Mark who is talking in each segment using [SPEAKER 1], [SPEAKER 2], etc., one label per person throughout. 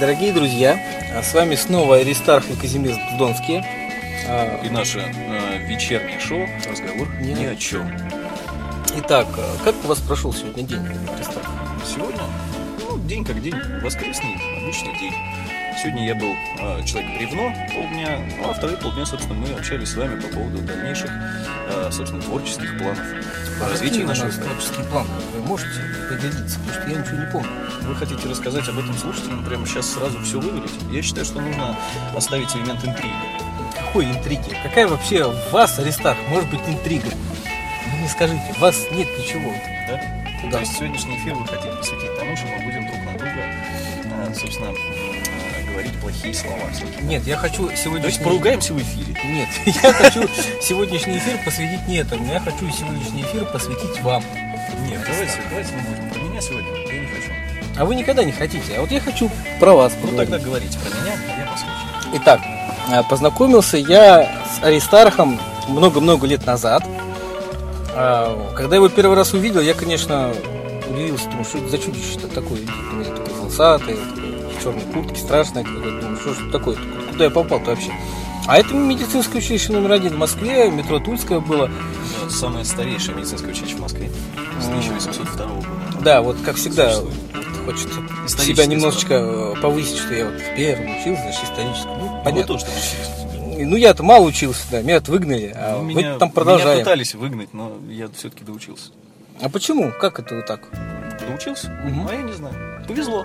[SPEAKER 1] Дорогие друзья, а, с вами снова Аристарх и Казимир Донские. А,
[SPEAKER 2] И наше э, вечернее шоу «Разговор
[SPEAKER 1] Не.
[SPEAKER 2] ни о чем».
[SPEAKER 1] Итак, э, как у вас прошел сегодня день, Аристарх?
[SPEAKER 2] Сегодня, ну, день как день, воскресный, обычный день. Сегодня я был э, человек бревно полдня, ну, а вторые полдня, собственно, мы общались с вами по поводу дальнейших, э, собственно, творческих планов по
[SPEAKER 1] А Какие
[SPEAKER 2] развитию
[SPEAKER 1] у
[SPEAKER 2] нашего
[SPEAKER 1] нас
[SPEAKER 2] проекта.
[SPEAKER 1] творческие планы? Вы можете поделиться, потому что я ничего не помню.
[SPEAKER 2] Вы хотите рассказать об этом слушателям, прямо сейчас сразу все вывалить? Я считаю, что нужно оставить элемент интриги.
[SPEAKER 1] Какой интриги? Какая вообще у вас, Аристарх, может быть интрига? Вы мне скажите, у вас нет ничего.
[SPEAKER 2] Да?
[SPEAKER 1] Да.
[SPEAKER 2] То есть сегодняшний эфир мы хотим посвятить тому, что мы будем друг на друга, э, собственно, э, говорить плохие слова. всякие.
[SPEAKER 1] Нет, я хочу сегодня...
[SPEAKER 2] То есть поругаемся в эфире.
[SPEAKER 1] Нет, я хочу сегодняшний эфир посвятить не этому. Я хочу сегодняшний эфир посвятить вам.
[SPEAKER 2] Нет, давайте, давайте мы можем. Про меня сегодня я не хочу.
[SPEAKER 1] А вы никогда не хотите. А вот я хочу про вас
[SPEAKER 2] Ну
[SPEAKER 1] поговорить.
[SPEAKER 2] тогда говорите про меня, а я послушаю.
[SPEAKER 1] Итак, э, познакомился я с Аристархом много-много лет назад. Э, Когда его первый раз увидел, я, конечно, удивился, думаю, что это за чудище-то такое, У меня такой волосатый, такой в черной куртке, страшный, думаю, что ж это такое, куда я попал-то вообще? А это медицинское училище номер один в Москве, метро Тульское было.
[SPEAKER 2] Ну, это Самое старейшее медицинское училище в Москве с
[SPEAKER 1] М.
[SPEAKER 2] 1802 года.
[SPEAKER 1] Да, вот как всегда,
[SPEAKER 2] Существует.
[SPEAKER 1] вот хочется
[SPEAKER 2] Исторический
[SPEAKER 1] себя немножечко э, повысить, что я вот в первом учился, значит, исторически. Ну,
[SPEAKER 2] Ну, вы
[SPEAKER 1] понятно.
[SPEAKER 2] тоже там учились.
[SPEAKER 1] Ну, я-то мало учился, да, меня выгнали, а
[SPEAKER 2] Ну,
[SPEAKER 1] вы там продолжали.
[SPEAKER 2] Меня пытались выгнать, но я все-таки доучился.
[SPEAKER 1] А почему? Как это вот так?
[SPEAKER 2] Ну, Доучился?
[SPEAKER 1] Мгм.
[SPEAKER 2] А я не знаю. Повезло.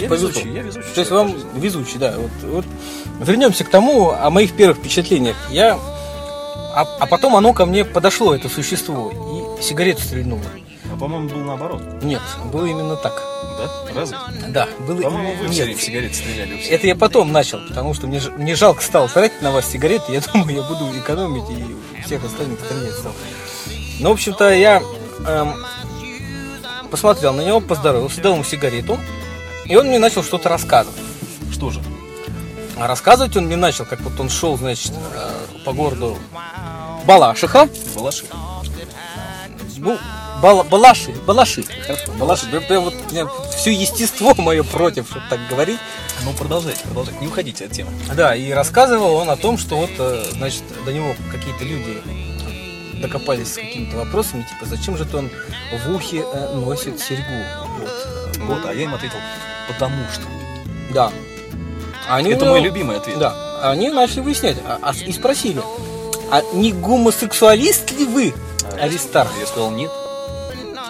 [SPEAKER 2] Я
[SPEAKER 1] Повезло.
[SPEAKER 2] везучий, я везучий.
[SPEAKER 1] То есть
[SPEAKER 2] человек
[SPEAKER 1] вам
[SPEAKER 2] по жизни.
[SPEAKER 1] везучий, да. Вот, вот. Вернемся к тому, о моих первых впечатлениях. Я... А, а потом оно ко мне подошло, это существо, и сигарету стрельнуло.
[SPEAKER 2] А по-моему, был наоборот.
[SPEAKER 1] Нет, было именно так.
[SPEAKER 2] Да? Разве?
[SPEAKER 1] Да, было
[SPEAKER 2] По-моему, вы
[SPEAKER 1] именно...
[SPEAKER 2] все время в
[SPEAKER 1] Нет,
[SPEAKER 2] сигареты стреляли. у всех.
[SPEAKER 1] это я потом начал, потому что мне, ж- мне жалко стало тратить на вас сигареты, я думаю, я буду экономить и всех остальных стрелять стал. Ну, в общем-то, я эм, посмотрел на него, поздоровался, дал ему сигарету, и он мне начал что-то рассказывать.
[SPEAKER 2] Что же?
[SPEAKER 1] А рассказывать он мне начал, как вот он шел, значит, э, по городу Балашиха.
[SPEAKER 2] Балаши.
[SPEAKER 1] Ну, бала- Балаши, Балаши. Хорошо, Балаши. Прям, прям вот у меня все естество мое против, чтобы так говорить.
[SPEAKER 2] Ну, продолжайте, продолжайте. Не уходите от темы.
[SPEAKER 1] Да, и рассказывал он о том, что вот, э, значит, до него какие-то люди докопались с какими-то вопросами, типа, зачем же это он в ухе э, носит серьгу? Вот.
[SPEAKER 2] Вот, а я им ответил, потому что.
[SPEAKER 1] Да. Они
[SPEAKER 2] Это
[SPEAKER 1] у
[SPEAKER 2] мой
[SPEAKER 1] него-
[SPEAKER 2] любимый ответ.
[SPEAKER 1] Да, они начали выяснять а- а- и спросили, а не гомосексуалист ли вы, Аристарх?
[SPEAKER 2] Я сказал нет.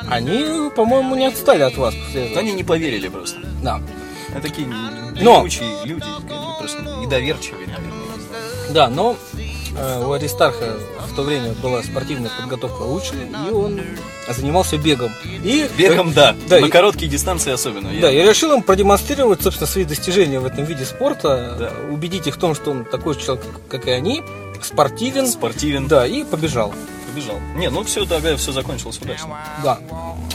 [SPEAKER 1] Они, по-моему, не отстали от вас после этого.
[SPEAKER 2] Они не поверили просто.
[SPEAKER 1] Да,
[SPEAKER 2] Они такие
[SPEAKER 1] Но-
[SPEAKER 2] невучие люди, как бы просто недоверчивые, наверное. я не знаю.
[SPEAKER 1] да, но э, у Аристарха в то время была спортивная подготовка лучше, и он занимался бегом. И э,
[SPEAKER 2] Бегом, да.
[SPEAKER 1] Да,
[SPEAKER 2] На
[SPEAKER 1] и-
[SPEAKER 2] короткие дистанции особенно. Я-
[SPEAKER 1] Да, я решил им продемонстрировать, собственно, свои достижения в этом виде спорта,
[SPEAKER 2] Да.
[SPEAKER 1] убедить их в том, что он такой же человек, как и они, спортивен,
[SPEAKER 2] Спортивен.
[SPEAKER 1] да, и побежал.
[SPEAKER 2] Побежал. Не, ну все, тогда все закончилось удачно.
[SPEAKER 1] Да.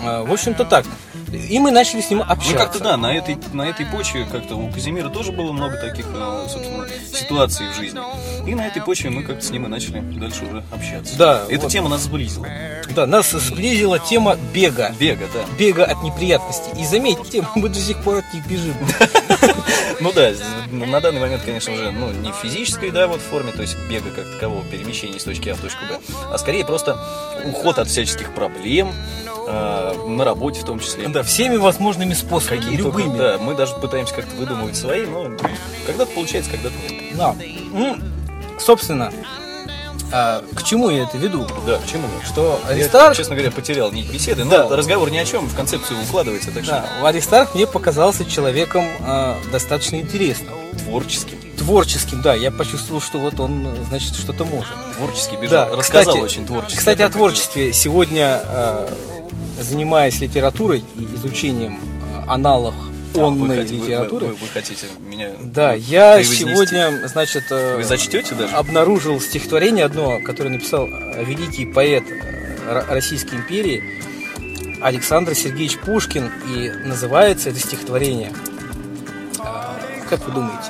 [SPEAKER 1] Э, В общем-то так. И мы начали с ним общаться.
[SPEAKER 2] Ну как-то да, на этой, на этой почве как-то у Казимира тоже было много таких, э, собственно, ситуаций в жизни. И на этой почве мы как-то с ним и начали дальше уже общаться.
[SPEAKER 1] Да,
[SPEAKER 2] Эта
[SPEAKER 1] вот.
[SPEAKER 2] тема нас сблизила.
[SPEAKER 1] Да, нас сблизила тема бега.
[SPEAKER 2] Бега, да.
[SPEAKER 1] Бега от неприятностей. И заметьте, мы до сих пор от них бежим.
[SPEAKER 2] Ну да, з- на данный момент, конечно же, ну, не в физической, да, вот форме, то есть бега как такового, перемещения из точки А в точку Б, а скорее просто уход от всяческих проблем, э, на работе в том числе.
[SPEAKER 1] Да, всеми возможными способами,
[SPEAKER 2] Какие только-
[SPEAKER 1] любыми.
[SPEAKER 2] да, мы даже пытаемся как-то выдумывать свои, но когда-то получается, когда-то нет.
[SPEAKER 1] Да. Ну, собственно, э, к чему я это веду?
[SPEAKER 2] Да, почему нет?
[SPEAKER 1] Что
[SPEAKER 2] Я,
[SPEAKER 1] Аристарх
[SPEAKER 2] честно говоря, потерял нить беседы, но
[SPEAKER 1] Да.
[SPEAKER 2] разговор ни о чем, в концепцию укладывается, так что
[SPEAKER 1] Да, Аристарх мне показался человеком э, достаточно интересным.
[SPEAKER 2] творчески,
[SPEAKER 1] Творческим, да, я почувствовал, что вот он, э, значит, что-то может.
[SPEAKER 2] творчески бежал,
[SPEAKER 1] Да,
[SPEAKER 2] рассказал
[SPEAKER 1] кстати,
[SPEAKER 2] очень творчески.
[SPEAKER 1] Кстати,
[SPEAKER 2] Да,
[SPEAKER 1] о
[SPEAKER 2] как
[SPEAKER 1] творчестве. Сегодня, э, занимаясь литературой и изучением э, аналог
[SPEAKER 2] же. А, вы
[SPEAKER 1] онной
[SPEAKER 2] хотите- вы-
[SPEAKER 1] литературы,
[SPEAKER 2] Вы, вы- вы хотите меня ну,
[SPEAKER 1] да, я
[SPEAKER 2] превознести?
[SPEAKER 1] сегодня, значит, э,
[SPEAKER 2] Вы зачтете даже?
[SPEAKER 1] обнаружил стихотворение одно, которое написал э, великий поэт э, Ро- Российской империи Александр Сергеевич Пушкин, и называется это стихотворение. а, Как вы думаете,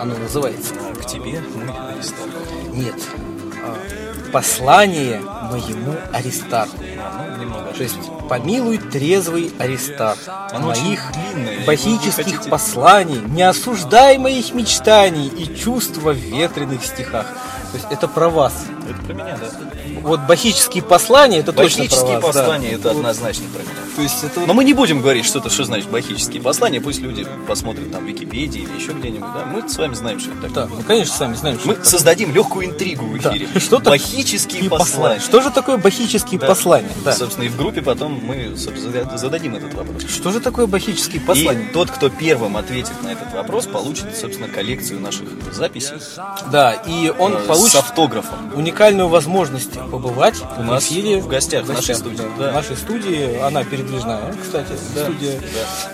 [SPEAKER 1] оно называется?
[SPEAKER 2] А, К тебе мы Аристарх.
[SPEAKER 1] Нет. а, Послание моему Аристарху.
[SPEAKER 2] А, ну, немного
[SPEAKER 1] То есть
[SPEAKER 2] ошибся.
[SPEAKER 1] помилуй трезвый Аристарх
[SPEAKER 2] Оно очень
[SPEAKER 1] моих
[SPEAKER 2] длинное. и вы не
[SPEAKER 1] бахических
[SPEAKER 2] хотите-
[SPEAKER 1] посланий, не осуждай моих мечтаний и чувства в ветреных стихах. То есть это про вас.
[SPEAKER 2] Это про меня, да.
[SPEAKER 1] Вот бахические послания, это точно про
[SPEAKER 2] Бахические
[SPEAKER 1] вас. да.
[SPEAKER 2] послания это Ну,
[SPEAKER 1] Вот.
[SPEAKER 2] однозначно про меня.
[SPEAKER 1] То есть это вот-
[SPEAKER 2] Но мы не будем говорить, что это что значит бахические послания. Пусть люди посмотрят там в Википедии или еще где-нибудь. Да? Мы с вами знаем, что это такое.
[SPEAKER 1] Да, мы, Ну, конечно, сами знаем, что
[SPEAKER 2] Мы
[SPEAKER 1] это.
[SPEAKER 2] создадим легкую интригу в
[SPEAKER 1] Да.
[SPEAKER 2] эфире.
[SPEAKER 1] Что такое
[SPEAKER 2] бахические
[SPEAKER 1] И
[SPEAKER 2] послания.
[SPEAKER 1] послания. Что же такое бахические
[SPEAKER 2] Да.
[SPEAKER 1] послания? Да.
[SPEAKER 2] Собственно, и в группе потом мы собственно, зада- зададим этот вопрос.
[SPEAKER 1] Что же такое бахические послания?
[SPEAKER 2] И тот, кто первым ответит на этот вопрос, получит, собственно, коллекцию наших записей.
[SPEAKER 1] Да, и он
[SPEAKER 2] э, С
[SPEAKER 1] получит
[SPEAKER 2] автографом.
[SPEAKER 1] уникальную возможность побывать у
[SPEAKER 2] нас
[SPEAKER 1] эфире
[SPEAKER 2] в гостях, в нашей студии, да.
[SPEAKER 1] В нашей студии, она передвижная, кстати,
[SPEAKER 2] Да,
[SPEAKER 1] студия
[SPEAKER 2] да.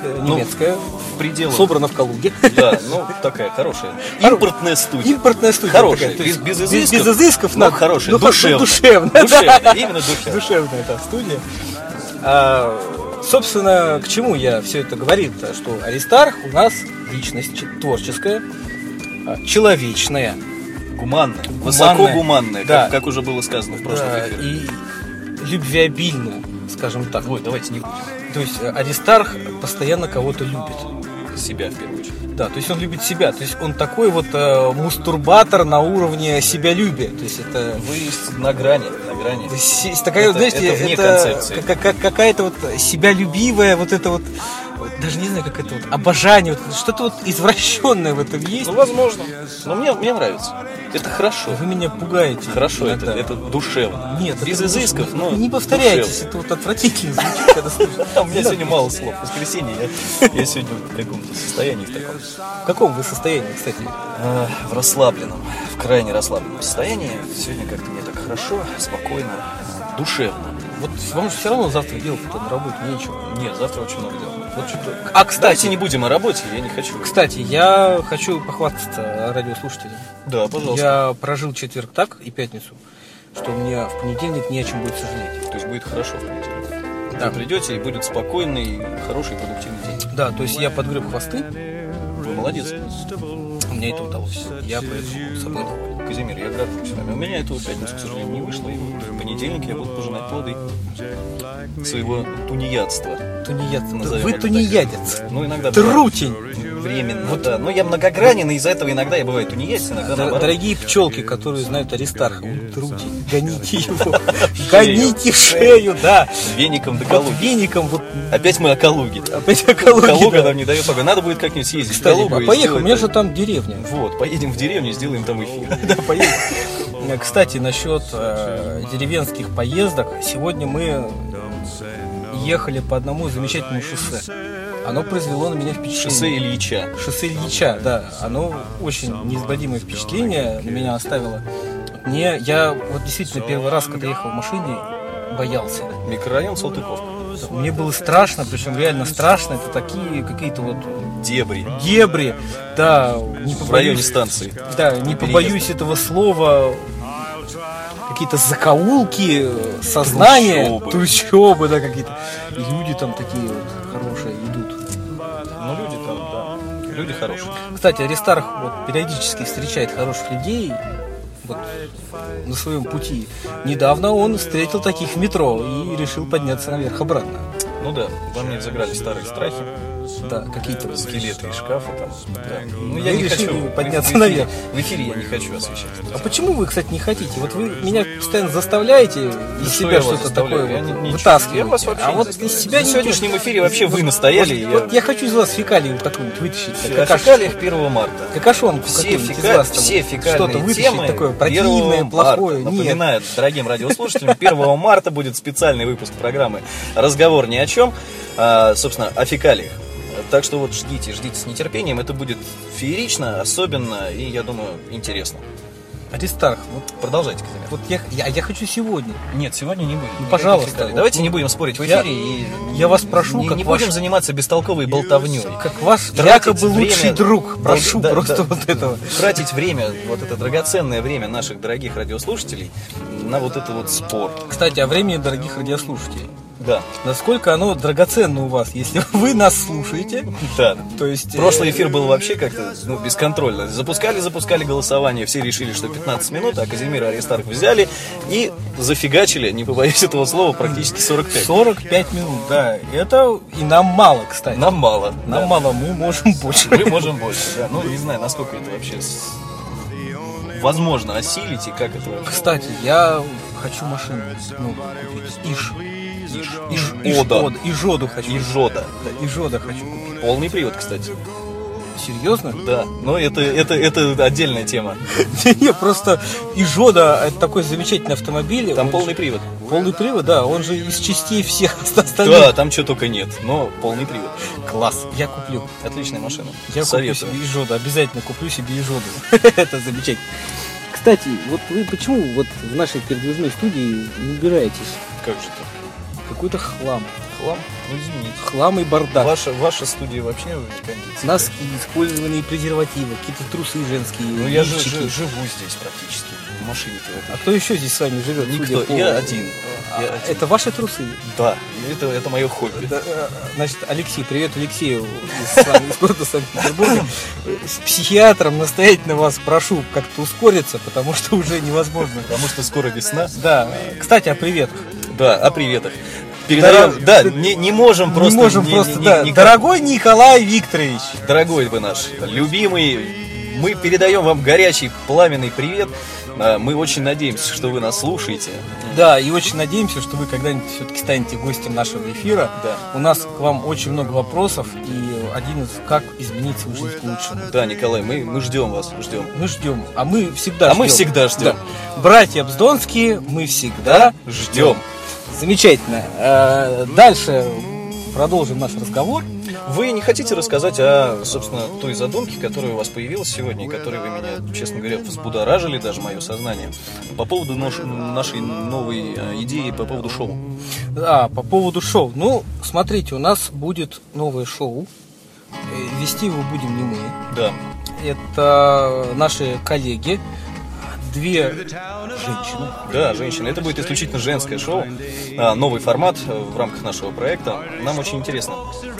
[SPEAKER 1] э,
[SPEAKER 2] Ну,
[SPEAKER 1] немецкая,
[SPEAKER 2] В пределах.
[SPEAKER 1] собрана в Калуге.
[SPEAKER 2] Да, ну такая хорошая.
[SPEAKER 1] Хоро-
[SPEAKER 2] Импортная студия.
[SPEAKER 1] Импортная студия.
[SPEAKER 2] Хорошая,
[SPEAKER 1] такая, то
[SPEAKER 2] без,
[SPEAKER 1] есть
[SPEAKER 2] без
[SPEAKER 1] без-
[SPEAKER 2] изысков.
[SPEAKER 1] без изысков,
[SPEAKER 2] но
[SPEAKER 1] но-
[SPEAKER 2] хорошая,
[SPEAKER 1] но
[SPEAKER 2] душевная.
[SPEAKER 1] душевная,
[SPEAKER 2] Душевная,
[SPEAKER 1] да.
[SPEAKER 2] именно душевная.
[SPEAKER 1] Душевная эта студия. А, собственно, к чему я все это говорил, что Аристарх у нас личность че- творческая, а, человечная.
[SPEAKER 2] Гуманная, высоко гуманная,
[SPEAKER 1] Да.
[SPEAKER 2] как, как уже было сказано в прошлом
[SPEAKER 1] да,
[SPEAKER 2] эфире.
[SPEAKER 1] и любвеобильная, скажем так.
[SPEAKER 2] Ой, давайте не будем
[SPEAKER 1] То есть э, Аристарх постоянно кого-то любит.
[SPEAKER 2] себя в первую очередь.
[SPEAKER 1] Да, то есть он любит себя. То есть он такой вот э, мастурбатор на уровне себялюбия. То есть это
[SPEAKER 2] Вы на грани, на грани.
[SPEAKER 1] Это си- такая,
[SPEAKER 2] Это-
[SPEAKER 1] вот, знаете,
[SPEAKER 2] это
[SPEAKER 1] это,
[SPEAKER 2] вне концепции.
[SPEAKER 1] ка- ка- какая-то вот себялюбивая, вот это вот, вот даже не знаю, как это вот, обожание, вот что-то вот извращенное в этом есть.
[SPEAKER 2] Ну, возможно. Но мне, мне нравится. Это хорошо.
[SPEAKER 1] Вы меня пугаете.
[SPEAKER 2] Хорошо, это,
[SPEAKER 1] иногда.
[SPEAKER 2] это душевно.
[SPEAKER 1] Нет,
[SPEAKER 2] без
[SPEAKER 1] это-
[SPEAKER 2] изысков, но
[SPEAKER 1] Не повторяйтесь, это вот отвратительно звучит, когда слышишь.
[SPEAKER 2] Там у меня
[SPEAKER 1] Да.
[SPEAKER 2] сегодня мало слов. В воскресенье я, я сегодня в каком-то состоянии в таком.
[SPEAKER 1] В каком вы состоянии, кстати?
[SPEAKER 2] э, в расслабленном, в крайне расслабленном состоянии. Сегодня как-то мне так хорошо, спокойно, э, душевно.
[SPEAKER 1] Вот вам же все равно завтра делать-то на работе нечего.
[SPEAKER 2] Нет, завтра очень много дел. Вот что-то.
[SPEAKER 1] А,
[SPEAKER 2] Давайте
[SPEAKER 1] кстати,
[SPEAKER 2] не будем о работе, я не хочу.
[SPEAKER 1] кстати, я хочу похвастаться радиослушателям.
[SPEAKER 2] Да, пожалуйста.
[SPEAKER 1] Я прожил четверг так и пятницу, что у меня в понедельник не о чем будет сожалеть.
[SPEAKER 2] То есть будет хорошо. в понедельник.
[SPEAKER 1] Да.
[SPEAKER 2] Вы придете и будет спокойный, хороший, продуктивный день.
[SPEAKER 1] Да, то есть я подгреб хвосты,
[SPEAKER 2] Вы молодец.
[SPEAKER 1] Мне это удалось. Я поэтому с собой доволен.
[SPEAKER 2] Казимир, я горжусь вами. У меня этого в пятницу, к сожалению, не вышло. И вот в понедельник я буду пожинать плоды своего тунеядства.
[SPEAKER 1] Тунеядец.
[SPEAKER 2] Назовем
[SPEAKER 1] Вы
[SPEAKER 2] это так.
[SPEAKER 1] тунеядец.
[SPEAKER 2] Ну, иногда... бывает.
[SPEAKER 1] Трутень.
[SPEAKER 2] Временно, вот да. Но я многогранен, и из-за этого иногда я бываю тунеядец, иногда
[SPEAKER 1] Дор-
[SPEAKER 2] наоборот.
[SPEAKER 1] Дорогие пчелки, которые знают Аристарха, он трутень. Гоните его.
[SPEAKER 2] Шею.
[SPEAKER 1] Гоните в шею, да.
[SPEAKER 2] Веником до
[SPEAKER 1] Вот
[SPEAKER 2] Калуги.
[SPEAKER 1] веником вот
[SPEAKER 2] Опять мы о Калуге.
[SPEAKER 1] опять экология.
[SPEAKER 2] Калуга нам не дает покоя. Надо будет как-нибудь съездить в Калугу. и
[SPEAKER 1] Поехал, у
[SPEAKER 2] сделать
[SPEAKER 1] меня
[SPEAKER 2] так.
[SPEAKER 1] же там деревня.
[SPEAKER 2] Вот, поедем в деревню, сделаем там эфир.
[SPEAKER 1] Да, поедем. Э, Кстати, насчет э, деревенских поездок. Сегодня мы ехали по одному замечательному шоссе. Оно произвело на меня впечатление.
[SPEAKER 2] Шоссе Ильича.
[SPEAKER 1] Шоссе Ильича, да, оно очень неизгладимое впечатление на меня оставило. Мне, я вот действительно первый раз, когда ехал в машине, боялся.
[SPEAKER 2] Микрорайон Салтыков.
[SPEAKER 1] Мне было страшно, причем реально страшно. Это такие какие-то вот
[SPEAKER 2] Дебри.
[SPEAKER 1] дебри, да, не
[SPEAKER 2] В районе
[SPEAKER 1] побоюсь,
[SPEAKER 2] станции.
[SPEAKER 1] да, не побоюсь этого слова, какие-то закоулки э, сознания,
[SPEAKER 2] Трущобы.
[SPEAKER 1] трущобы, да, какие-то. И люди там такие вот хорошие идут.
[SPEAKER 2] Но Ну, люди там, да. Люди хорошие.
[SPEAKER 1] Кстати, Аристарх вот периодически встречает хороших людей вот, на своем пути. Недавно он встретил таких в метро и решил подняться наверх обратно.
[SPEAKER 2] Ну да, во мне взыграли старые страхи.
[SPEAKER 1] Да, какие-то
[SPEAKER 2] Скелеты из шкафа там. Да. Ну
[SPEAKER 1] Мы
[SPEAKER 2] я не
[SPEAKER 1] решили
[SPEAKER 2] хочу
[SPEAKER 1] подняться
[SPEAKER 2] в эфире-
[SPEAKER 1] наверх.
[SPEAKER 2] В эфире я не хочу освещать.
[SPEAKER 1] А почему вы, кстати, не хотите? Вот вы меня постоянно заставляете из
[SPEAKER 2] что я
[SPEAKER 1] себя
[SPEAKER 2] вас
[SPEAKER 1] что-то
[SPEAKER 2] заставляю?
[SPEAKER 1] такое
[SPEAKER 2] Я
[SPEAKER 1] вот
[SPEAKER 2] не- ничего.
[SPEAKER 1] вытаскиваете.
[SPEAKER 2] Я вас вообще
[SPEAKER 1] а
[SPEAKER 2] не
[SPEAKER 1] вот
[SPEAKER 2] заставляю.
[SPEAKER 1] из себя
[SPEAKER 2] В
[SPEAKER 1] не
[SPEAKER 2] сегодняяли
[SPEAKER 1] делаете.
[SPEAKER 2] эфире вообще вы настояли.
[SPEAKER 1] Вот, вот
[SPEAKER 2] я
[SPEAKER 1] я хочу из вас фекалии вот какую-нибудь вытащить.
[SPEAKER 2] Фе- о
[SPEAKER 1] какашечку.
[SPEAKER 2] фекалиях 1 марта.
[SPEAKER 1] Какашонку
[SPEAKER 2] Все,
[SPEAKER 1] какую-нибудь из
[SPEAKER 2] фека-
[SPEAKER 1] вас там
[SPEAKER 2] все
[SPEAKER 1] вот
[SPEAKER 2] фекальные
[SPEAKER 1] что-то вытащить
[SPEAKER 2] темы
[SPEAKER 1] такое
[SPEAKER 2] 1
[SPEAKER 1] противное,
[SPEAKER 2] марта.
[SPEAKER 1] плохое. Нет.
[SPEAKER 2] Напоминаю дорогим радиослушателям, 1 марта будет специальный выпуск программы «Разговор ни о чем», а, собственно, о фекалиях. Так что вот ждите, ждите с нетерпением. Это будет феерично, особенно и, я думаю, интересно.
[SPEAKER 1] Аристарх, вот,
[SPEAKER 2] Продолжайте, Казимир.
[SPEAKER 1] вот я, я, я хочу сегодня.
[SPEAKER 2] Нет, сегодня не будет. Никаких
[SPEAKER 1] пожалуйста.
[SPEAKER 2] фекалий. Давайте не будем спорить в
[SPEAKER 1] Я-
[SPEAKER 2] эфире. и
[SPEAKER 1] я вас прошу,
[SPEAKER 2] не,
[SPEAKER 1] как
[SPEAKER 2] не
[SPEAKER 1] ваш-
[SPEAKER 2] будем заниматься бестолковой болтовней.
[SPEAKER 1] Как ваш
[SPEAKER 2] Тратить
[SPEAKER 1] якобы
[SPEAKER 2] время-
[SPEAKER 1] лучший друг. Прошу
[SPEAKER 2] Да, да,
[SPEAKER 1] просто
[SPEAKER 2] да.
[SPEAKER 1] вот этого.
[SPEAKER 2] тратить время, вот это драгоценное время наших дорогих радиослушателей на вот это вот спор.
[SPEAKER 1] Кстати, о времени, дорогих радиослушателей.
[SPEAKER 2] Да,
[SPEAKER 1] Насколько оно драгоценно у вас, если вы нас слушаете.
[SPEAKER 2] да.
[SPEAKER 1] То есть... э,
[SPEAKER 2] Прошлый эфир был вообще как-то ну, бесконтрольно. Запускали, запускали голосование, все решили, что 15 минут, а Казимира Аристарх взяли и зафигачили, не побоюсь этого слова, практически 45.
[SPEAKER 1] 45 минут, да. Это и нам мало, кстати.
[SPEAKER 2] Нам мало.
[SPEAKER 1] Нам
[SPEAKER 2] да.
[SPEAKER 1] мало, мы можем больше.
[SPEAKER 2] Мы можем больше, да. Ну, не знаю, насколько это вообще с- возможно осилить и как это вообще.
[SPEAKER 1] Кстати, я хочу машину ну, купить. Иш.
[SPEAKER 2] Иш-
[SPEAKER 1] Иш-
[SPEAKER 2] Ода.
[SPEAKER 1] Иш- Ижоду хочу.
[SPEAKER 2] И жода.
[SPEAKER 1] Да, Ижода хочу купить.
[SPEAKER 2] Полный привод, кстати.
[SPEAKER 1] Серьезно?
[SPEAKER 2] Да, но это, это, это отдельная тема.
[SPEAKER 1] Не, просто Ижода это такой замечательный автомобиль.
[SPEAKER 2] Там
[SPEAKER 1] Он
[SPEAKER 2] полный
[SPEAKER 1] же-
[SPEAKER 2] привод.
[SPEAKER 1] полный привод, да. Он же из частей всех остальных.
[SPEAKER 2] Да, там что только нет, но полный привод.
[SPEAKER 1] Класс. Я куплю.
[SPEAKER 2] Отличная машина.
[SPEAKER 1] Я
[SPEAKER 2] Советую.
[SPEAKER 1] куплю себе Ижоду, обязательно куплю себе Ижоду. Это замечательно. Кстати, вот вы почему вот в нашей передвижной студии не убираетесь?
[SPEAKER 2] Как же так?
[SPEAKER 1] Какой-то хлам.
[SPEAKER 2] Хлам? Ну, извините.
[SPEAKER 1] Хлам и бардак.
[SPEAKER 2] Ваша, ваша студия вообще не кондиция.
[SPEAKER 1] Носки, использованные презервативы, какие-то трусы женские,
[SPEAKER 2] Ну, я же,
[SPEAKER 1] лифчики.
[SPEAKER 2] же- живу здесь практически. В машине-то в этой.
[SPEAKER 1] А кто еще здесь с вами живет?
[SPEAKER 2] Никто.
[SPEAKER 1] судя по-
[SPEAKER 2] Я один.
[SPEAKER 1] А,
[SPEAKER 2] Я один.
[SPEAKER 1] Это ваши трусы?
[SPEAKER 2] Да, это, это мое хобби.
[SPEAKER 1] Да, э, Значит, Алексей, привет Алексею из Сан- из города Санкт-Петербурга. С психиатром настоятельно вас прошу как-то ускориться, потому что уже невозможно.
[SPEAKER 2] Потому что скоро весна.
[SPEAKER 1] Да, кстати, а о приветах.
[SPEAKER 2] Да, о приветах. Передаем. Да, не, не можем
[SPEAKER 1] Не
[SPEAKER 2] просто.
[SPEAKER 1] можем
[SPEAKER 2] ни-
[SPEAKER 1] просто,
[SPEAKER 2] ни-
[SPEAKER 1] да.
[SPEAKER 2] никак.
[SPEAKER 1] Дорогой Николай Викторович,
[SPEAKER 2] Дорогой вы наш, любимый, мы передаем вам горячий, пламенный привет. А, Мы очень надеемся, что вы нас слушаете.
[SPEAKER 1] Да, и очень надеемся, что вы когда-нибудь все-таки станете гостем нашего эфира.
[SPEAKER 2] Да.
[SPEAKER 1] У нас к вам очень много вопросов, и один из как изменить свою жизнь к лучшему.
[SPEAKER 2] Да, Николай, мы, мы ждем вас, ждем.
[SPEAKER 1] Мы ждем, а мы всегда
[SPEAKER 2] А
[SPEAKER 1] ждем.
[SPEAKER 2] мы всегда ждем.
[SPEAKER 1] Да. Братья Бздонские, мы всегда
[SPEAKER 2] Ждем.
[SPEAKER 1] Замечательно. Э, Дальше продолжим наш разговор.
[SPEAKER 2] Вы не хотите рассказать о, собственно, той задумке, которая у вас появилась сегодня, и которой вы меня, честно говоря, взбудоражили даже мое сознание, по поводу нош- нашей новой э, идеи, по поводу шоу?
[SPEAKER 1] Да, а, по поводу шоу. Ну, смотрите, у нас будет новое шоу. Э, Вести его будем не мы.
[SPEAKER 2] Да.
[SPEAKER 1] Это наши коллеги, две женщины.
[SPEAKER 2] Да, женщины. Это будет исключительно женское шоу. А, новый формат э, в рамках нашего проекта. Нам очень интересно,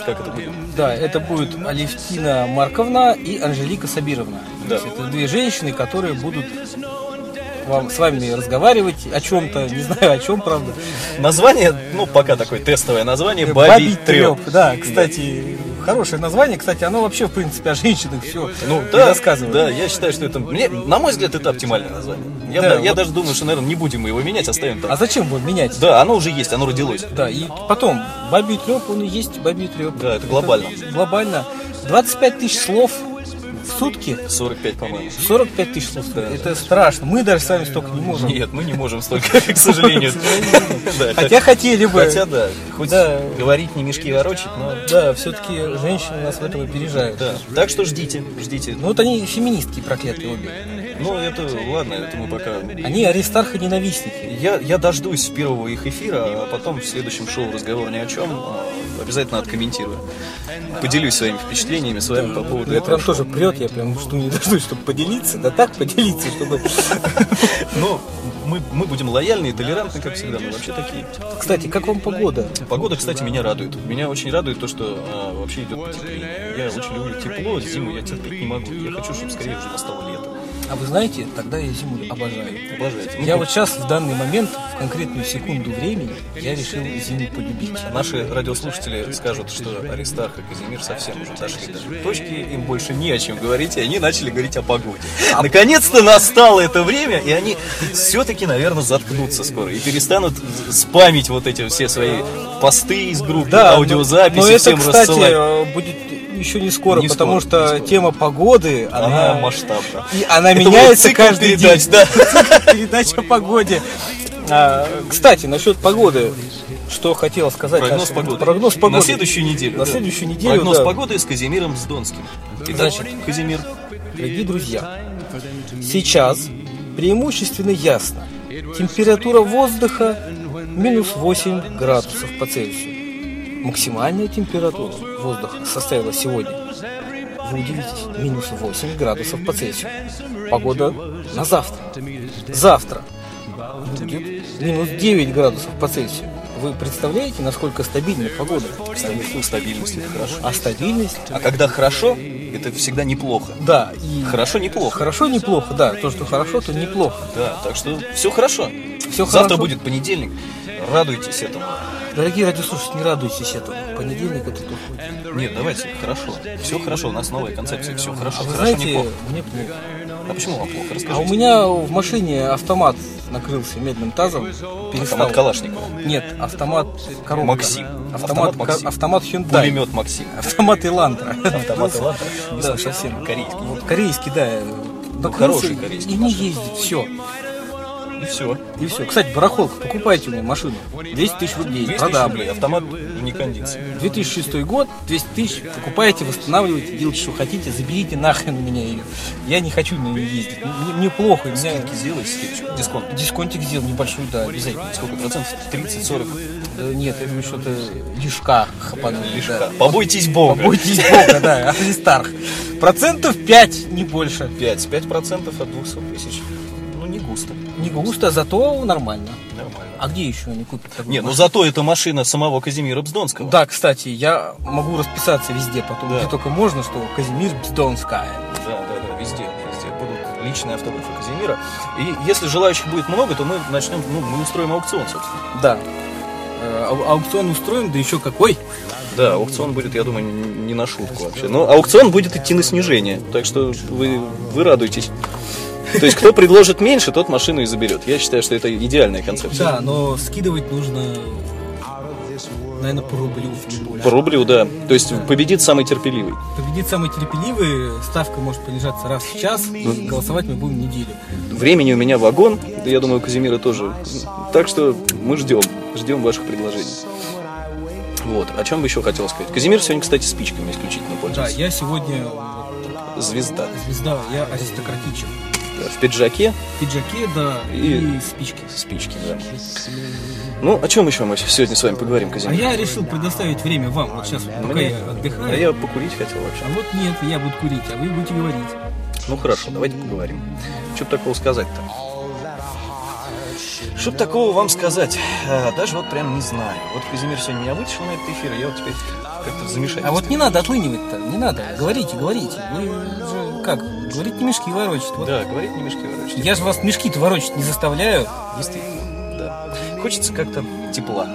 [SPEAKER 2] как это будет.
[SPEAKER 1] Да, это будет Алевтина Марковна и Анжелика Сабировна. То
[SPEAKER 2] Да.
[SPEAKER 1] есть это две женщины, которые будут вам, с вами разговаривать о чем-то, не знаю о чем, правда.
[SPEAKER 2] Название, ну, пока такое тестовое название,
[SPEAKER 1] Э, Бабий
[SPEAKER 2] «Бабий трёп».
[SPEAKER 1] трёп, Да, кстати, хорошее название. Кстати, оно вообще, в принципе, о женщинах все
[SPEAKER 2] Ну, да,
[SPEAKER 1] рассказывает.
[SPEAKER 2] да, я считаю, что это, мне, на мой взгляд, это оптимальное название. Я,
[SPEAKER 1] Да,
[SPEAKER 2] да- я
[SPEAKER 1] вот.
[SPEAKER 2] даже думаю, что, наверное, не будем мы его менять, оставим так.
[SPEAKER 1] А зачем его менять?
[SPEAKER 2] Да, оно уже есть, оно родилось.
[SPEAKER 1] Да, и потом, бабий треп, он и есть бабий треп.
[SPEAKER 2] Да, это глобально.
[SPEAKER 1] глобально. 25 тысяч слов в сутки
[SPEAKER 2] 45, по-моему.
[SPEAKER 1] 45 тысяч слов. Это страшно. Мы даже сами столько не можем.
[SPEAKER 2] Нет, мы не можем столько, к сожалению. Да,
[SPEAKER 1] Хотя хотели бы.
[SPEAKER 2] хотя, да, хоть
[SPEAKER 1] Да.
[SPEAKER 2] говорить не мешки ворочать, но...
[SPEAKER 1] Да, все-таки женщины нас в этом опережают.
[SPEAKER 2] Да. Так что ждите, ждите.
[SPEAKER 1] Ну вот они феминистки проклятые обе.
[SPEAKER 2] Ну, это, ладно, это мы пока...
[SPEAKER 1] Они аристарха ненавистники.
[SPEAKER 2] Я, я дождусь первого их эфира, а потом в следующем шоу «Разговор ни о чем» э, обязательно откомментирую. Поделюсь своими впечатлениями с вами по поводу
[SPEAKER 1] Я
[SPEAKER 2] этого.
[SPEAKER 1] прям тоже прет, я прям жду не дождусь, чтобы поделиться. Да так поделиться, чтобы...
[SPEAKER 2] Но мы, мы будем лояльны и толерантны, как всегда, мы вообще такие.
[SPEAKER 1] Кстати, как вам погода?
[SPEAKER 2] Погода, кстати, меня радует. Меня очень радует то, что э, вообще идет потепление. Я очень люблю тепло, зиму я терпеть не могу. Я хочу, чтобы скорее уже настало лето.
[SPEAKER 1] А вы знаете, тогда я зиму обожаю.
[SPEAKER 2] Обожайте. Ну,
[SPEAKER 1] Я вот сейчас, в данный момент, в конкретную секунду времени, я решил зиму полюбить.
[SPEAKER 2] Наши радиослушатели скажут, что Аристарх и Казимир совсем уже дошли до точки, им больше не о чем говорить, и они начали говорить о погоде.
[SPEAKER 1] А
[SPEAKER 2] Наконец-то настало это время, и они все-таки, наверное, заткнутся скоро и перестанут спамить вот эти все свои посты из группы,
[SPEAKER 1] но-
[SPEAKER 2] аудиозаписи,
[SPEAKER 1] но это,
[SPEAKER 2] всем
[SPEAKER 1] кстати,
[SPEAKER 2] рассылать.
[SPEAKER 1] э, будет еще не скоро,
[SPEAKER 2] Не
[SPEAKER 1] потому
[SPEAKER 2] скоро,
[SPEAKER 1] что
[SPEAKER 2] не скоро.
[SPEAKER 1] тема погоды, она,
[SPEAKER 2] Она масштабна.
[SPEAKER 1] и она
[SPEAKER 2] Это будет
[SPEAKER 1] меняется
[SPEAKER 2] цикл
[SPEAKER 1] каждый
[SPEAKER 2] передач,
[SPEAKER 1] день.
[SPEAKER 2] да.
[SPEAKER 1] Цикл Передач о погоде. А, кстати, насчет погоды, что хотел сказать.
[SPEAKER 2] Прогноз
[SPEAKER 1] нашим-
[SPEAKER 2] погоды.
[SPEAKER 1] Прогноз погоды.
[SPEAKER 2] На следующую неделю.
[SPEAKER 1] На
[SPEAKER 2] да.
[SPEAKER 1] следующую неделю,
[SPEAKER 2] Прогноз
[SPEAKER 1] да.
[SPEAKER 2] погоды с Казимиром Сдонским. Итак,
[SPEAKER 1] Значит,
[SPEAKER 2] Казимир.
[SPEAKER 1] Дорогие друзья, сейчас преимущественно ясно. Температура воздуха минус 8 градусов по Цельсию. Максимальная температура воздуха составила сегодня, вы удивитесь, минус 8 градусов по Цельсию. Погода на завтра. Завтра будет минус 9 градусов по Цельсию. Вы представляете, насколько стабильна погода?
[SPEAKER 2] Стабильность, стабильность это хорошо.
[SPEAKER 1] А стабильность?
[SPEAKER 2] А когда хорошо, это всегда неплохо.
[SPEAKER 1] Да, и
[SPEAKER 2] Хорошо, неплохо.
[SPEAKER 1] хорошо, неплохо, да. То, что хорошо, то неплохо.
[SPEAKER 2] Да, так что все хорошо.
[SPEAKER 1] Всё
[SPEAKER 2] Завтра
[SPEAKER 1] хорошо.
[SPEAKER 2] будет понедельник. Радуйтесь этому.
[SPEAKER 1] Дорогие радиослушатели, не радуйтесь этому. Понедельник это плохой. день.
[SPEAKER 2] Нет, давайте, хорошо. Все хорошо, у нас новая концепция. Все хорошо,
[SPEAKER 1] А вы
[SPEAKER 2] хорошо,
[SPEAKER 1] знаете,
[SPEAKER 2] неплохо.
[SPEAKER 1] мне плохо.
[SPEAKER 2] А почему вам плохо? Расскажите.
[SPEAKER 1] А у меня в машине автомат накрылся медным тазом. Перестал.
[SPEAKER 2] Автомат Калашникова.
[SPEAKER 1] Нет, автомат коробка.
[SPEAKER 2] Максим.
[SPEAKER 1] Автомат,
[SPEAKER 2] Автомат Максим.
[SPEAKER 1] ко- автомат Hyundai.
[SPEAKER 2] Пулемет Максим.
[SPEAKER 1] Автомат Илантра.
[SPEAKER 2] Автомат Элантра.
[SPEAKER 1] Да, совсем.
[SPEAKER 2] Корейский.
[SPEAKER 1] Вот корейский, да. накрылся
[SPEAKER 2] хороший корейский,
[SPEAKER 1] И не
[SPEAKER 2] машина.
[SPEAKER 1] ездит, все.
[SPEAKER 2] И все.
[SPEAKER 1] И все. Кстати, барахолка, покупайте у меня машину. 200 тысяч рублей,
[SPEAKER 2] 200 тысяч
[SPEAKER 1] продам.
[SPEAKER 2] рублей. Автомат не кондиции.
[SPEAKER 1] 2006 год, 200 тысяч, покупаете, восстанавливаете, делайте, что хотите, заберите нахрен у меня ее. Я не хочу на нее ездить. Мне, мне плохо, у меня
[SPEAKER 2] Скидки сделай, скидочку. Дисконт.
[SPEAKER 1] дисконтик сделал небольшой, да, обязательно.
[SPEAKER 2] Сколько процентов? 30-40.
[SPEAKER 1] Да э, нет, я думаю, что-то лишка хапанули.
[SPEAKER 2] Лишка.
[SPEAKER 1] да.
[SPEAKER 2] Побойтесь Бога.
[SPEAKER 1] Бойтесь бога, да, Аристарх. Процентов 5, не больше.
[SPEAKER 2] 5. 5 процентов от 200 тысяч. Ну, не густо.
[SPEAKER 1] Не густо, зато нормально.
[SPEAKER 2] Нормально.
[SPEAKER 1] А где еще они купят такую
[SPEAKER 2] Не, ну
[SPEAKER 1] машину?
[SPEAKER 2] зато это машина самого Казимира Бздонского.
[SPEAKER 1] Да, кстати, я могу расписаться везде потом,
[SPEAKER 2] Да.
[SPEAKER 1] где только можно, что Казимир Бздонская.
[SPEAKER 2] Да, да, да, везде, везде будут личные автографы Казимира. И если желающих будет много, то мы начнем, ну, мы устроим аукцион, собственно.
[SPEAKER 1] Да. Э, ау- Аукцион устроен, да еще какой?
[SPEAKER 2] Да, аукцион будет, я думаю, не не на шутку вообще. Но аукцион будет идти на снижение, так что вы, вы радуйтесь. То есть, кто предложит меньше, тот машину и заберет. Я считаю, что это идеальная концепция.
[SPEAKER 1] Да, но скидывать нужно, наверное, по рублю. не больше.
[SPEAKER 2] По рублю, да. То есть, победит самый терпеливый.
[SPEAKER 1] Победит самый терпеливый, ставка может понижаться раз в час, голосовать мы будем неделю.
[SPEAKER 2] Времени у меня вагон, да я думаю, у Казимира тоже. Так что мы ждем, ждем ваших предложений. Вот, о чем бы еще хотел сказать. Казимир сегодня, кстати, спичками исключительно
[SPEAKER 1] Да,
[SPEAKER 2] пользуется.
[SPEAKER 1] я сегодня вот,
[SPEAKER 2] Звезда.
[SPEAKER 1] звезда, я аристократичен.
[SPEAKER 2] Да, В пиджаке
[SPEAKER 1] В пиджаке, да,
[SPEAKER 2] И-
[SPEAKER 1] и, спички.
[SPEAKER 2] спички, да. Ну, о чем еще мы сегодня с вами поговорим,
[SPEAKER 1] А
[SPEAKER 2] Казимир?
[SPEAKER 1] я решил предоставить время вам, вот сейчас, пока
[SPEAKER 2] Мне-
[SPEAKER 1] я
[SPEAKER 2] А
[SPEAKER 1] отдыхаю.
[SPEAKER 2] я покурить хотел вообще.
[SPEAKER 1] А вот нет, я буду курить, а вы будете говорить.
[SPEAKER 2] Ну хорошо, давайте поговорим. Что б такого сказать-то? Что б такого вам сказать? А, даже вот прям не знаю. Вот Казимир сегодня меня вытащил на этот эфир, и я вот теперь как-то в замешательстве.
[SPEAKER 1] А вот не надо отлынивать-то, не надо. Говорите, говорите. Вы же, как, говорить не мешки ворочать. Вот.
[SPEAKER 2] Да, говорит не мешки ворочать.
[SPEAKER 1] Я же вас мешки-то ворочать не заставляю.
[SPEAKER 2] Действительно, да. Хочется как-то тепла.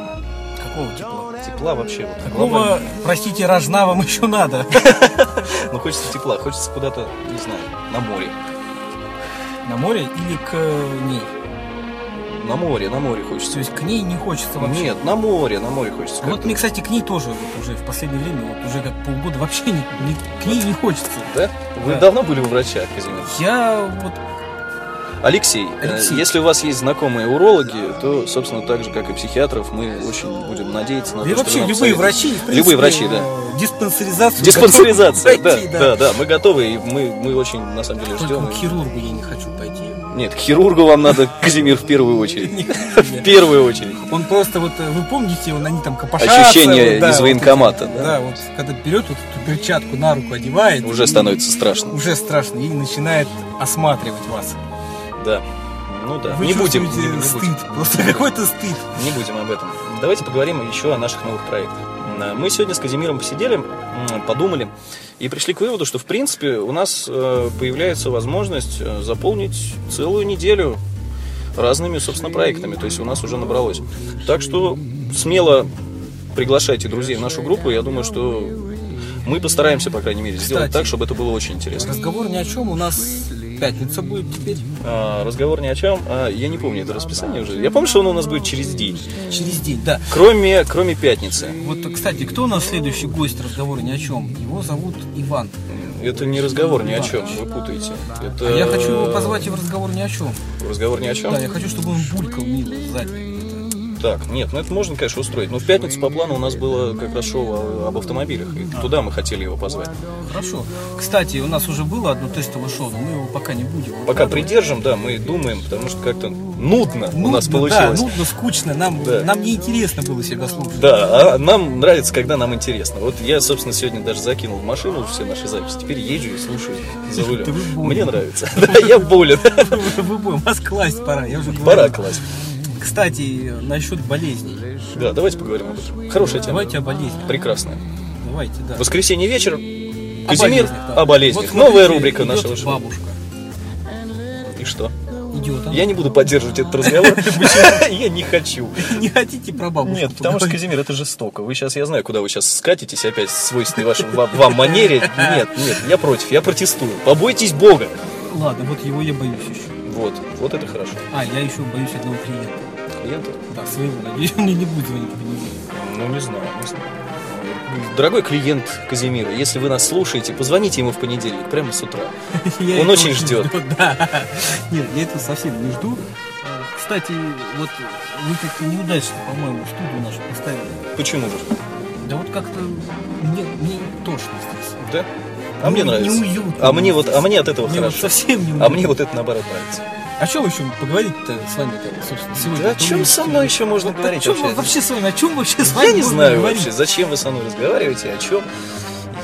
[SPEAKER 1] Какого тепла?
[SPEAKER 2] Тепла вообще. Вот, глобально.
[SPEAKER 1] Какого, простите, рожна вам еще надо?
[SPEAKER 2] Ну, хочется тепла, хочется куда-то, не знаю, на море.
[SPEAKER 1] На море или к э, ней?
[SPEAKER 2] На море, на море хочется.
[SPEAKER 1] То есть к ней не хочется вообще. А
[SPEAKER 2] Нет, на море, на море хочется.
[SPEAKER 1] Вот
[SPEAKER 2] как-то.
[SPEAKER 1] мне, кстати, к ней тоже вот уже в последнее время, вот уже как полгода вообще не- не- к ней не хочется.
[SPEAKER 2] Да? Вы
[SPEAKER 1] Да.
[SPEAKER 2] давно были у врача, Казимир?
[SPEAKER 1] Я вот
[SPEAKER 2] Алексей, э,
[SPEAKER 1] Алексей.
[SPEAKER 2] если у вас есть знакомые урологи, то, собственно, так же, как и психиатров, мы очень будем надеяться на
[SPEAKER 1] Да и
[SPEAKER 2] А, то,
[SPEAKER 1] вообще
[SPEAKER 2] что вы нам
[SPEAKER 1] любые
[SPEAKER 2] посоветуете.
[SPEAKER 1] врачи, в принципе,
[SPEAKER 2] Любые врачи, да.
[SPEAKER 1] э, Диспансеризацию.
[SPEAKER 2] Диспансеризация,
[SPEAKER 1] готовы
[SPEAKER 2] да,
[SPEAKER 1] пройти,
[SPEAKER 2] да, да, мы готовы, и мы, мы очень, на самом деле,
[SPEAKER 1] Только
[SPEAKER 2] ждем.
[SPEAKER 1] к
[SPEAKER 2] и-
[SPEAKER 1] хирургу я не хочу пойти.
[SPEAKER 2] Нет, к хирургу вам надо, Казимир, в первую очередь. В первую очередь.
[SPEAKER 1] Он просто вот, э, вы помните, он, они там копошатся.
[SPEAKER 2] Ощущение
[SPEAKER 1] вот, да,
[SPEAKER 2] из
[SPEAKER 1] вот
[SPEAKER 2] военкомата,
[SPEAKER 1] эти-
[SPEAKER 2] да?
[SPEAKER 1] Да, вот когда берет вот эту перчатку на руку одевает.
[SPEAKER 2] Уже
[SPEAKER 1] и
[SPEAKER 2] становится страшно.
[SPEAKER 1] Уже страшно, и начинает осматривать вас.
[SPEAKER 2] Да. Ну да.
[SPEAKER 1] Вы
[SPEAKER 2] не будем.
[SPEAKER 1] чувствуете
[SPEAKER 2] Не, не будем.
[SPEAKER 1] стыд, просто какой-то стыд.
[SPEAKER 2] Не будем об этом. Давайте поговорим еще о наших новых проектах. М, Мы сегодня с Казимиром посидели, м, подумали и пришли к выводу, что в принципе у нас э, появляется возможность э, заполнить целую неделю разными, собственно, проектами. То есть у нас уже набралось. Так что смело приглашайте друзей в нашу группу. Я думаю, что мы постараемся, по крайней мере, сделать
[SPEAKER 1] Кстати.
[SPEAKER 2] так, чтобы это было очень интересно.
[SPEAKER 1] Разговор ни о чем, у нас пятница будет теперь.
[SPEAKER 2] А, разговор ни о чем. А, я не помню это расписание уже. Я помню, что оно у нас будет через день.
[SPEAKER 1] Через день, да.
[SPEAKER 2] Кроме, кроме пятницы.
[SPEAKER 1] Вот, кстати, кто у нас следующий гость разговора ни о чем? Его зовут Иван.
[SPEAKER 2] Это не разговор ни о чем, вы путаете. Это...
[SPEAKER 1] А я хочу его позвать и в разговор ни о чем.
[SPEAKER 2] Разговор ни о чем?
[SPEAKER 1] Да, я хочу, чтобы он булькал мило сзади.
[SPEAKER 2] Так, нет, ну это можно, конечно, устроить. Но в пятницу по плану у нас было как раз шоу о- об автомобилях. И туда мы хотели его позвать.
[SPEAKER 1] Хорошо. Кстати, у нас уже было одно тестовое шоу, но мы его пока не будем.
[SPEAKER 2] Пока придержим, да, мы думаем, потому что как-то нудно,
[SPEAKER 1] Нудно,
[SPEAKER 2] у нас
[SPEAKER 1] Да,
[SPEAKER 2] получилось.
[SPEAKER 1] нудно, скучно. Нам,
[SPEAKER 2] Да.
[SPEAKER 1] нам неинтересно было себя слушать.
[SPEAKER 2] Да, а нам нравится, когда нам интересно. Вот я, собственно, сегодня даже закинул в машину все наши записи. Теперь езжу и слушаю за рулем.
[SPEAKER 1] Ты болен.
[SPEAKER 2] Мне нравится. Да, я болен.
[SPEAKER 1] Вы будем вас класть пора. Я уже говорил.
[SPEAKER 2] Пора класть.
[SPEAKER 1] Кстати, насчет болезней.
[SPEAKER 2] Да, давайте поговорим об этом. Хорошая тема.
[SPEAKER 1] Давайте о болезнях.
[SPEAKER 2] Прекрасная.
[SPEAKER 1] Давайте, да.
[SPEAKER 2] Воскресенье вечер.
[SPEAKER 1] О
[SPEAKER 2] Казимир
[SPEAKER 1] болезнях, да.
[SPEAKER 2] о болезнях.
[SPEAKER 1] Вот смотрите,
[SPEAKER 2] Новая рубрика
[SPEAKER 1] идет
[SPEAKER 2] нашего шоу.
[SPEAKER 1] Бабушка.
[SPEAKER 2] И что?
[SPEAKER 1] Идет она.
[SPEAKER 2] Я не буду поддерживать этот разговор. Я не хочу.
[SPEAKER 1] Не хотите про бабушку?
[SPEAKER 2] Нет, потому что,
[SPEAKER 1] поговорить?
[SPEAKER 2] Казимир, это жестоко. Вы сейчас, я знаю, куда вы сейчас скатитесь опять в свойственной вашей ва- вам манере. Нет, нет, я против, я протестую. Побойтесь Бога.
[SPEAKER 1] Ладно, вот его я боюсь еще.
[SPEAKER 2] Вот, вот это хорошо.
[SPEAKER 1] А, я еще боюсь одного клиента.
[SPEAKER 2] Клиенты?
[SPEAKER 1] Да, своего. Надеюсь, он мне не будет звонить. потому что-
[SPEAKER 2] Ну, не знаю, не знаю. Дорогой клиент Казимира, если вы нас слушаете, позвоните ему в понедельник, прямо с утра.
[SPEAKER 1] Я
[SPEAKER 2] Он
[SPEAKER 1] этого
[SPEAKER 2] очень
[SPEAKER 1] не
[SPEAKER 2] ждет.
[SPEAKER 1] жду, Да. Нет, я этого совсем не жду. Э, Кстати, вот вы как-то неудачно, по-моему, студию нашу поставили.
[SPEAKER 2] Почему же?
[SPEAKER 1] Да вот как-то мне, мне тошно здесь.
[SPEAKER 2] Да? А мне
[SPEAKER 1] Ну,
[SPEAKER 2] нравится.
[SPEAKER 1] неуютно.
[SPEAKER 2] А мне вот, а мне от этого
[SPEAKER 1] Мне вот
[SPEAKER 2] хорошо.
[SPEAKER 1] совсем не А
[SPEAKER 2] А мне вот это наоборот нравится.
[SPEAKER 1] О чем еще поговорить-то с вами, собственно, сегодня?
[SPEAKER 2] Да о чем со мной еще можно
[SPEAKER 1] Да о
[SPEAKER 2] говорить
[SPEAKER 1] чем вы
[SPEAKER 2] вообще?
[SPEAKER 1] вообще с вами? О чем вообще с вами?
[SPEAKER 2] Я не
[SPEAKER 1] можно
[SPEAKER 2] знаю
[SPEAKER 1] говорить?
[SPEAKER 2] вообще, зачем вы со мной разговариваете, о чем.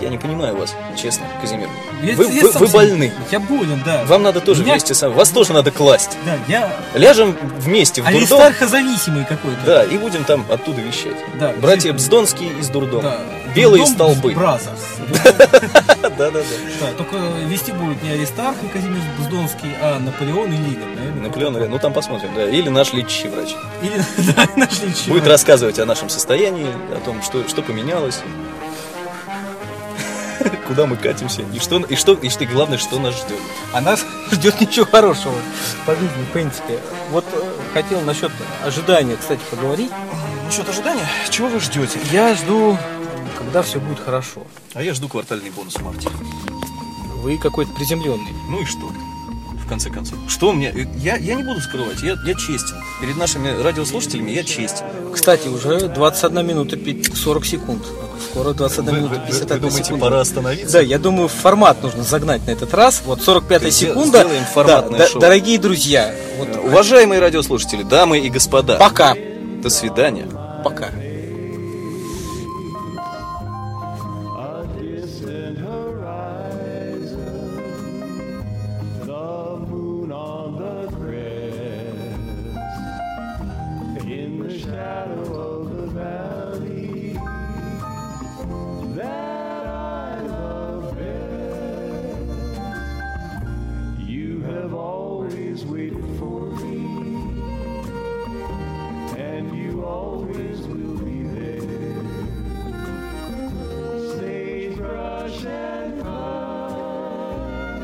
[SPEAKER 2] Я не понимаю вас, честно, Казимир.
[SPEAKER 1] Я-
[SPEAKER 2] Вы,
[SPEAKER 1] я
[SPEAKER 2] вы-
[SPEAKER 1] сам
[SPEAKER 2] вы
[SPEAKER 1] себе-
[SPEAKER 2] больны.
[SPEAKER 1] Я болен, да.
[SPEAKER 2] Вам надо тоже
[SPEAKER 1] Меня-
[SPEAKER 2] вместе со мной. Вас тоже надо класть.
[SPEAKER 1] Да, я
[SPEAKER 2] Ляжем вместе в дурдом.
[SPEAKER 1] аристархозависимый какой-то.
[SPEAKER 2] Да, и будем там оттуда вещать.
[SPEAKER 1] Да,
[SPEAKER 2] Братья
[SPEAKER 1] действительно.
[SPEAKER 2] Бздонские из дурдома.
[SPEAKER 1] Да.
[SPEAKER 2] Белые
[SPEAKER 1] Дом
[SPEAKER 2] столбы.
[SPEAKER 1] Бразерс.
[SPEAKER 2] Да, да, да.
[SPEAKER 1] Да, только вести будут не Аристарх и Казимир Буздонский, а Наполеон и Ленин, наверное.
[SPEAKER 2] Наполеон, Рен. ну там посмотрим, да. Или наш лечащий врач.
[SPEAKER 1] Или да, нашли чего.
[SPEAKER 2] Будет рассказывать о нашем состоянии, о том, что, что поменялось, куда мы катимся, и что, и что, и что, и главное, что нас ждет.
[SPEAKER 1] А нас ждет ничего хорошего по жизни, в принципе. Вот э, хотел насчет ожидания, кстати, поговорить.
[SPEAKER 2] Насчет ожидания, Ну чего вы ждете?
[SPEAKER 1] Я жду, когда все будет хорошо.
[SPEAKER 2] А я жду квартальный бонус в марте.
[SPEAKER 1] Вы какой-то приземленный.
[SPEAKER 2] Ну и что? В конце концов. Что мне? э, Я, я не буду скрывать, я, я честен. Перед нашими радиослушателями я честен.
[SPEAKER 1] Кстати, уже 21 минута пи- 40 секунд. Скоро 21
[SPEAKER 2] Вы, вы-
[SPEAKER 1] минута
[SPEAKER 2] вы
[SPEAKER 1] 51
[SPEAKER 2] думаете,
[SPEAKER 1] секунда.
[SPEAKER 2] пора
[SPEAKER 1] Да,
[SPEAKER 2] остановиться?
[SPEAKER 1] я думаю, формат нужно загнать на этот раз. Вот 45-я
[SPEAKER 2] Сдел-
[SPEAKER 1] секунда.
[SPEAKER 2] сделаем форматное
[SPEAKER 1] Да, да,
[SPEAKER 2] шоу.
[SPEAKER 1] дорогие друзья, вот
[SPEAKER 2] Э, Уважаемые радиослушатели, дамы и господа,
[SPEAKER 1] пока,
[SPEAKER 2] до свидания.
[SPEAKER 1] пока.
[SPEAKER 3] a distant horizon, the moon on the crest, in the shadow of the valley that I love best. You have always waited for me, and you always will be there sagebrush and pine,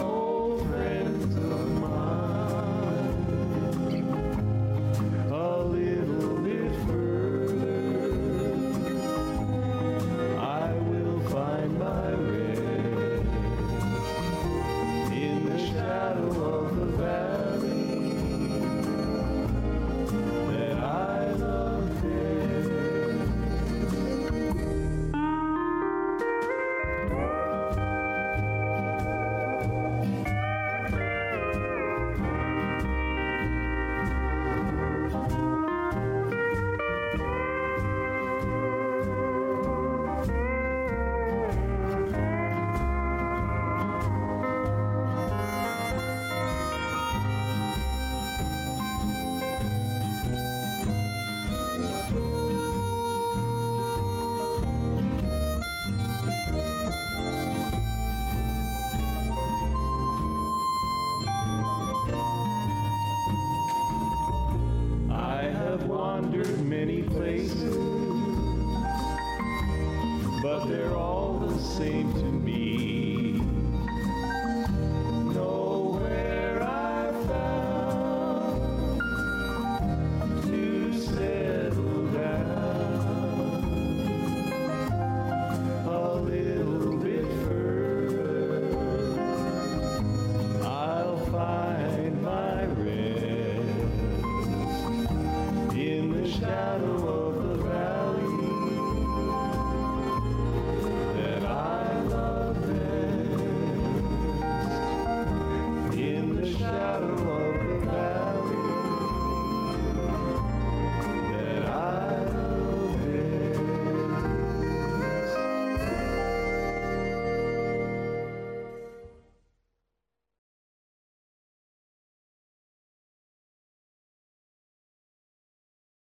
[SPEAKER 3] old Oh, friends of mine. A little bit further, I will find my rest in the shadow of the valley that I love best. I have wandered many places, but they're all the same to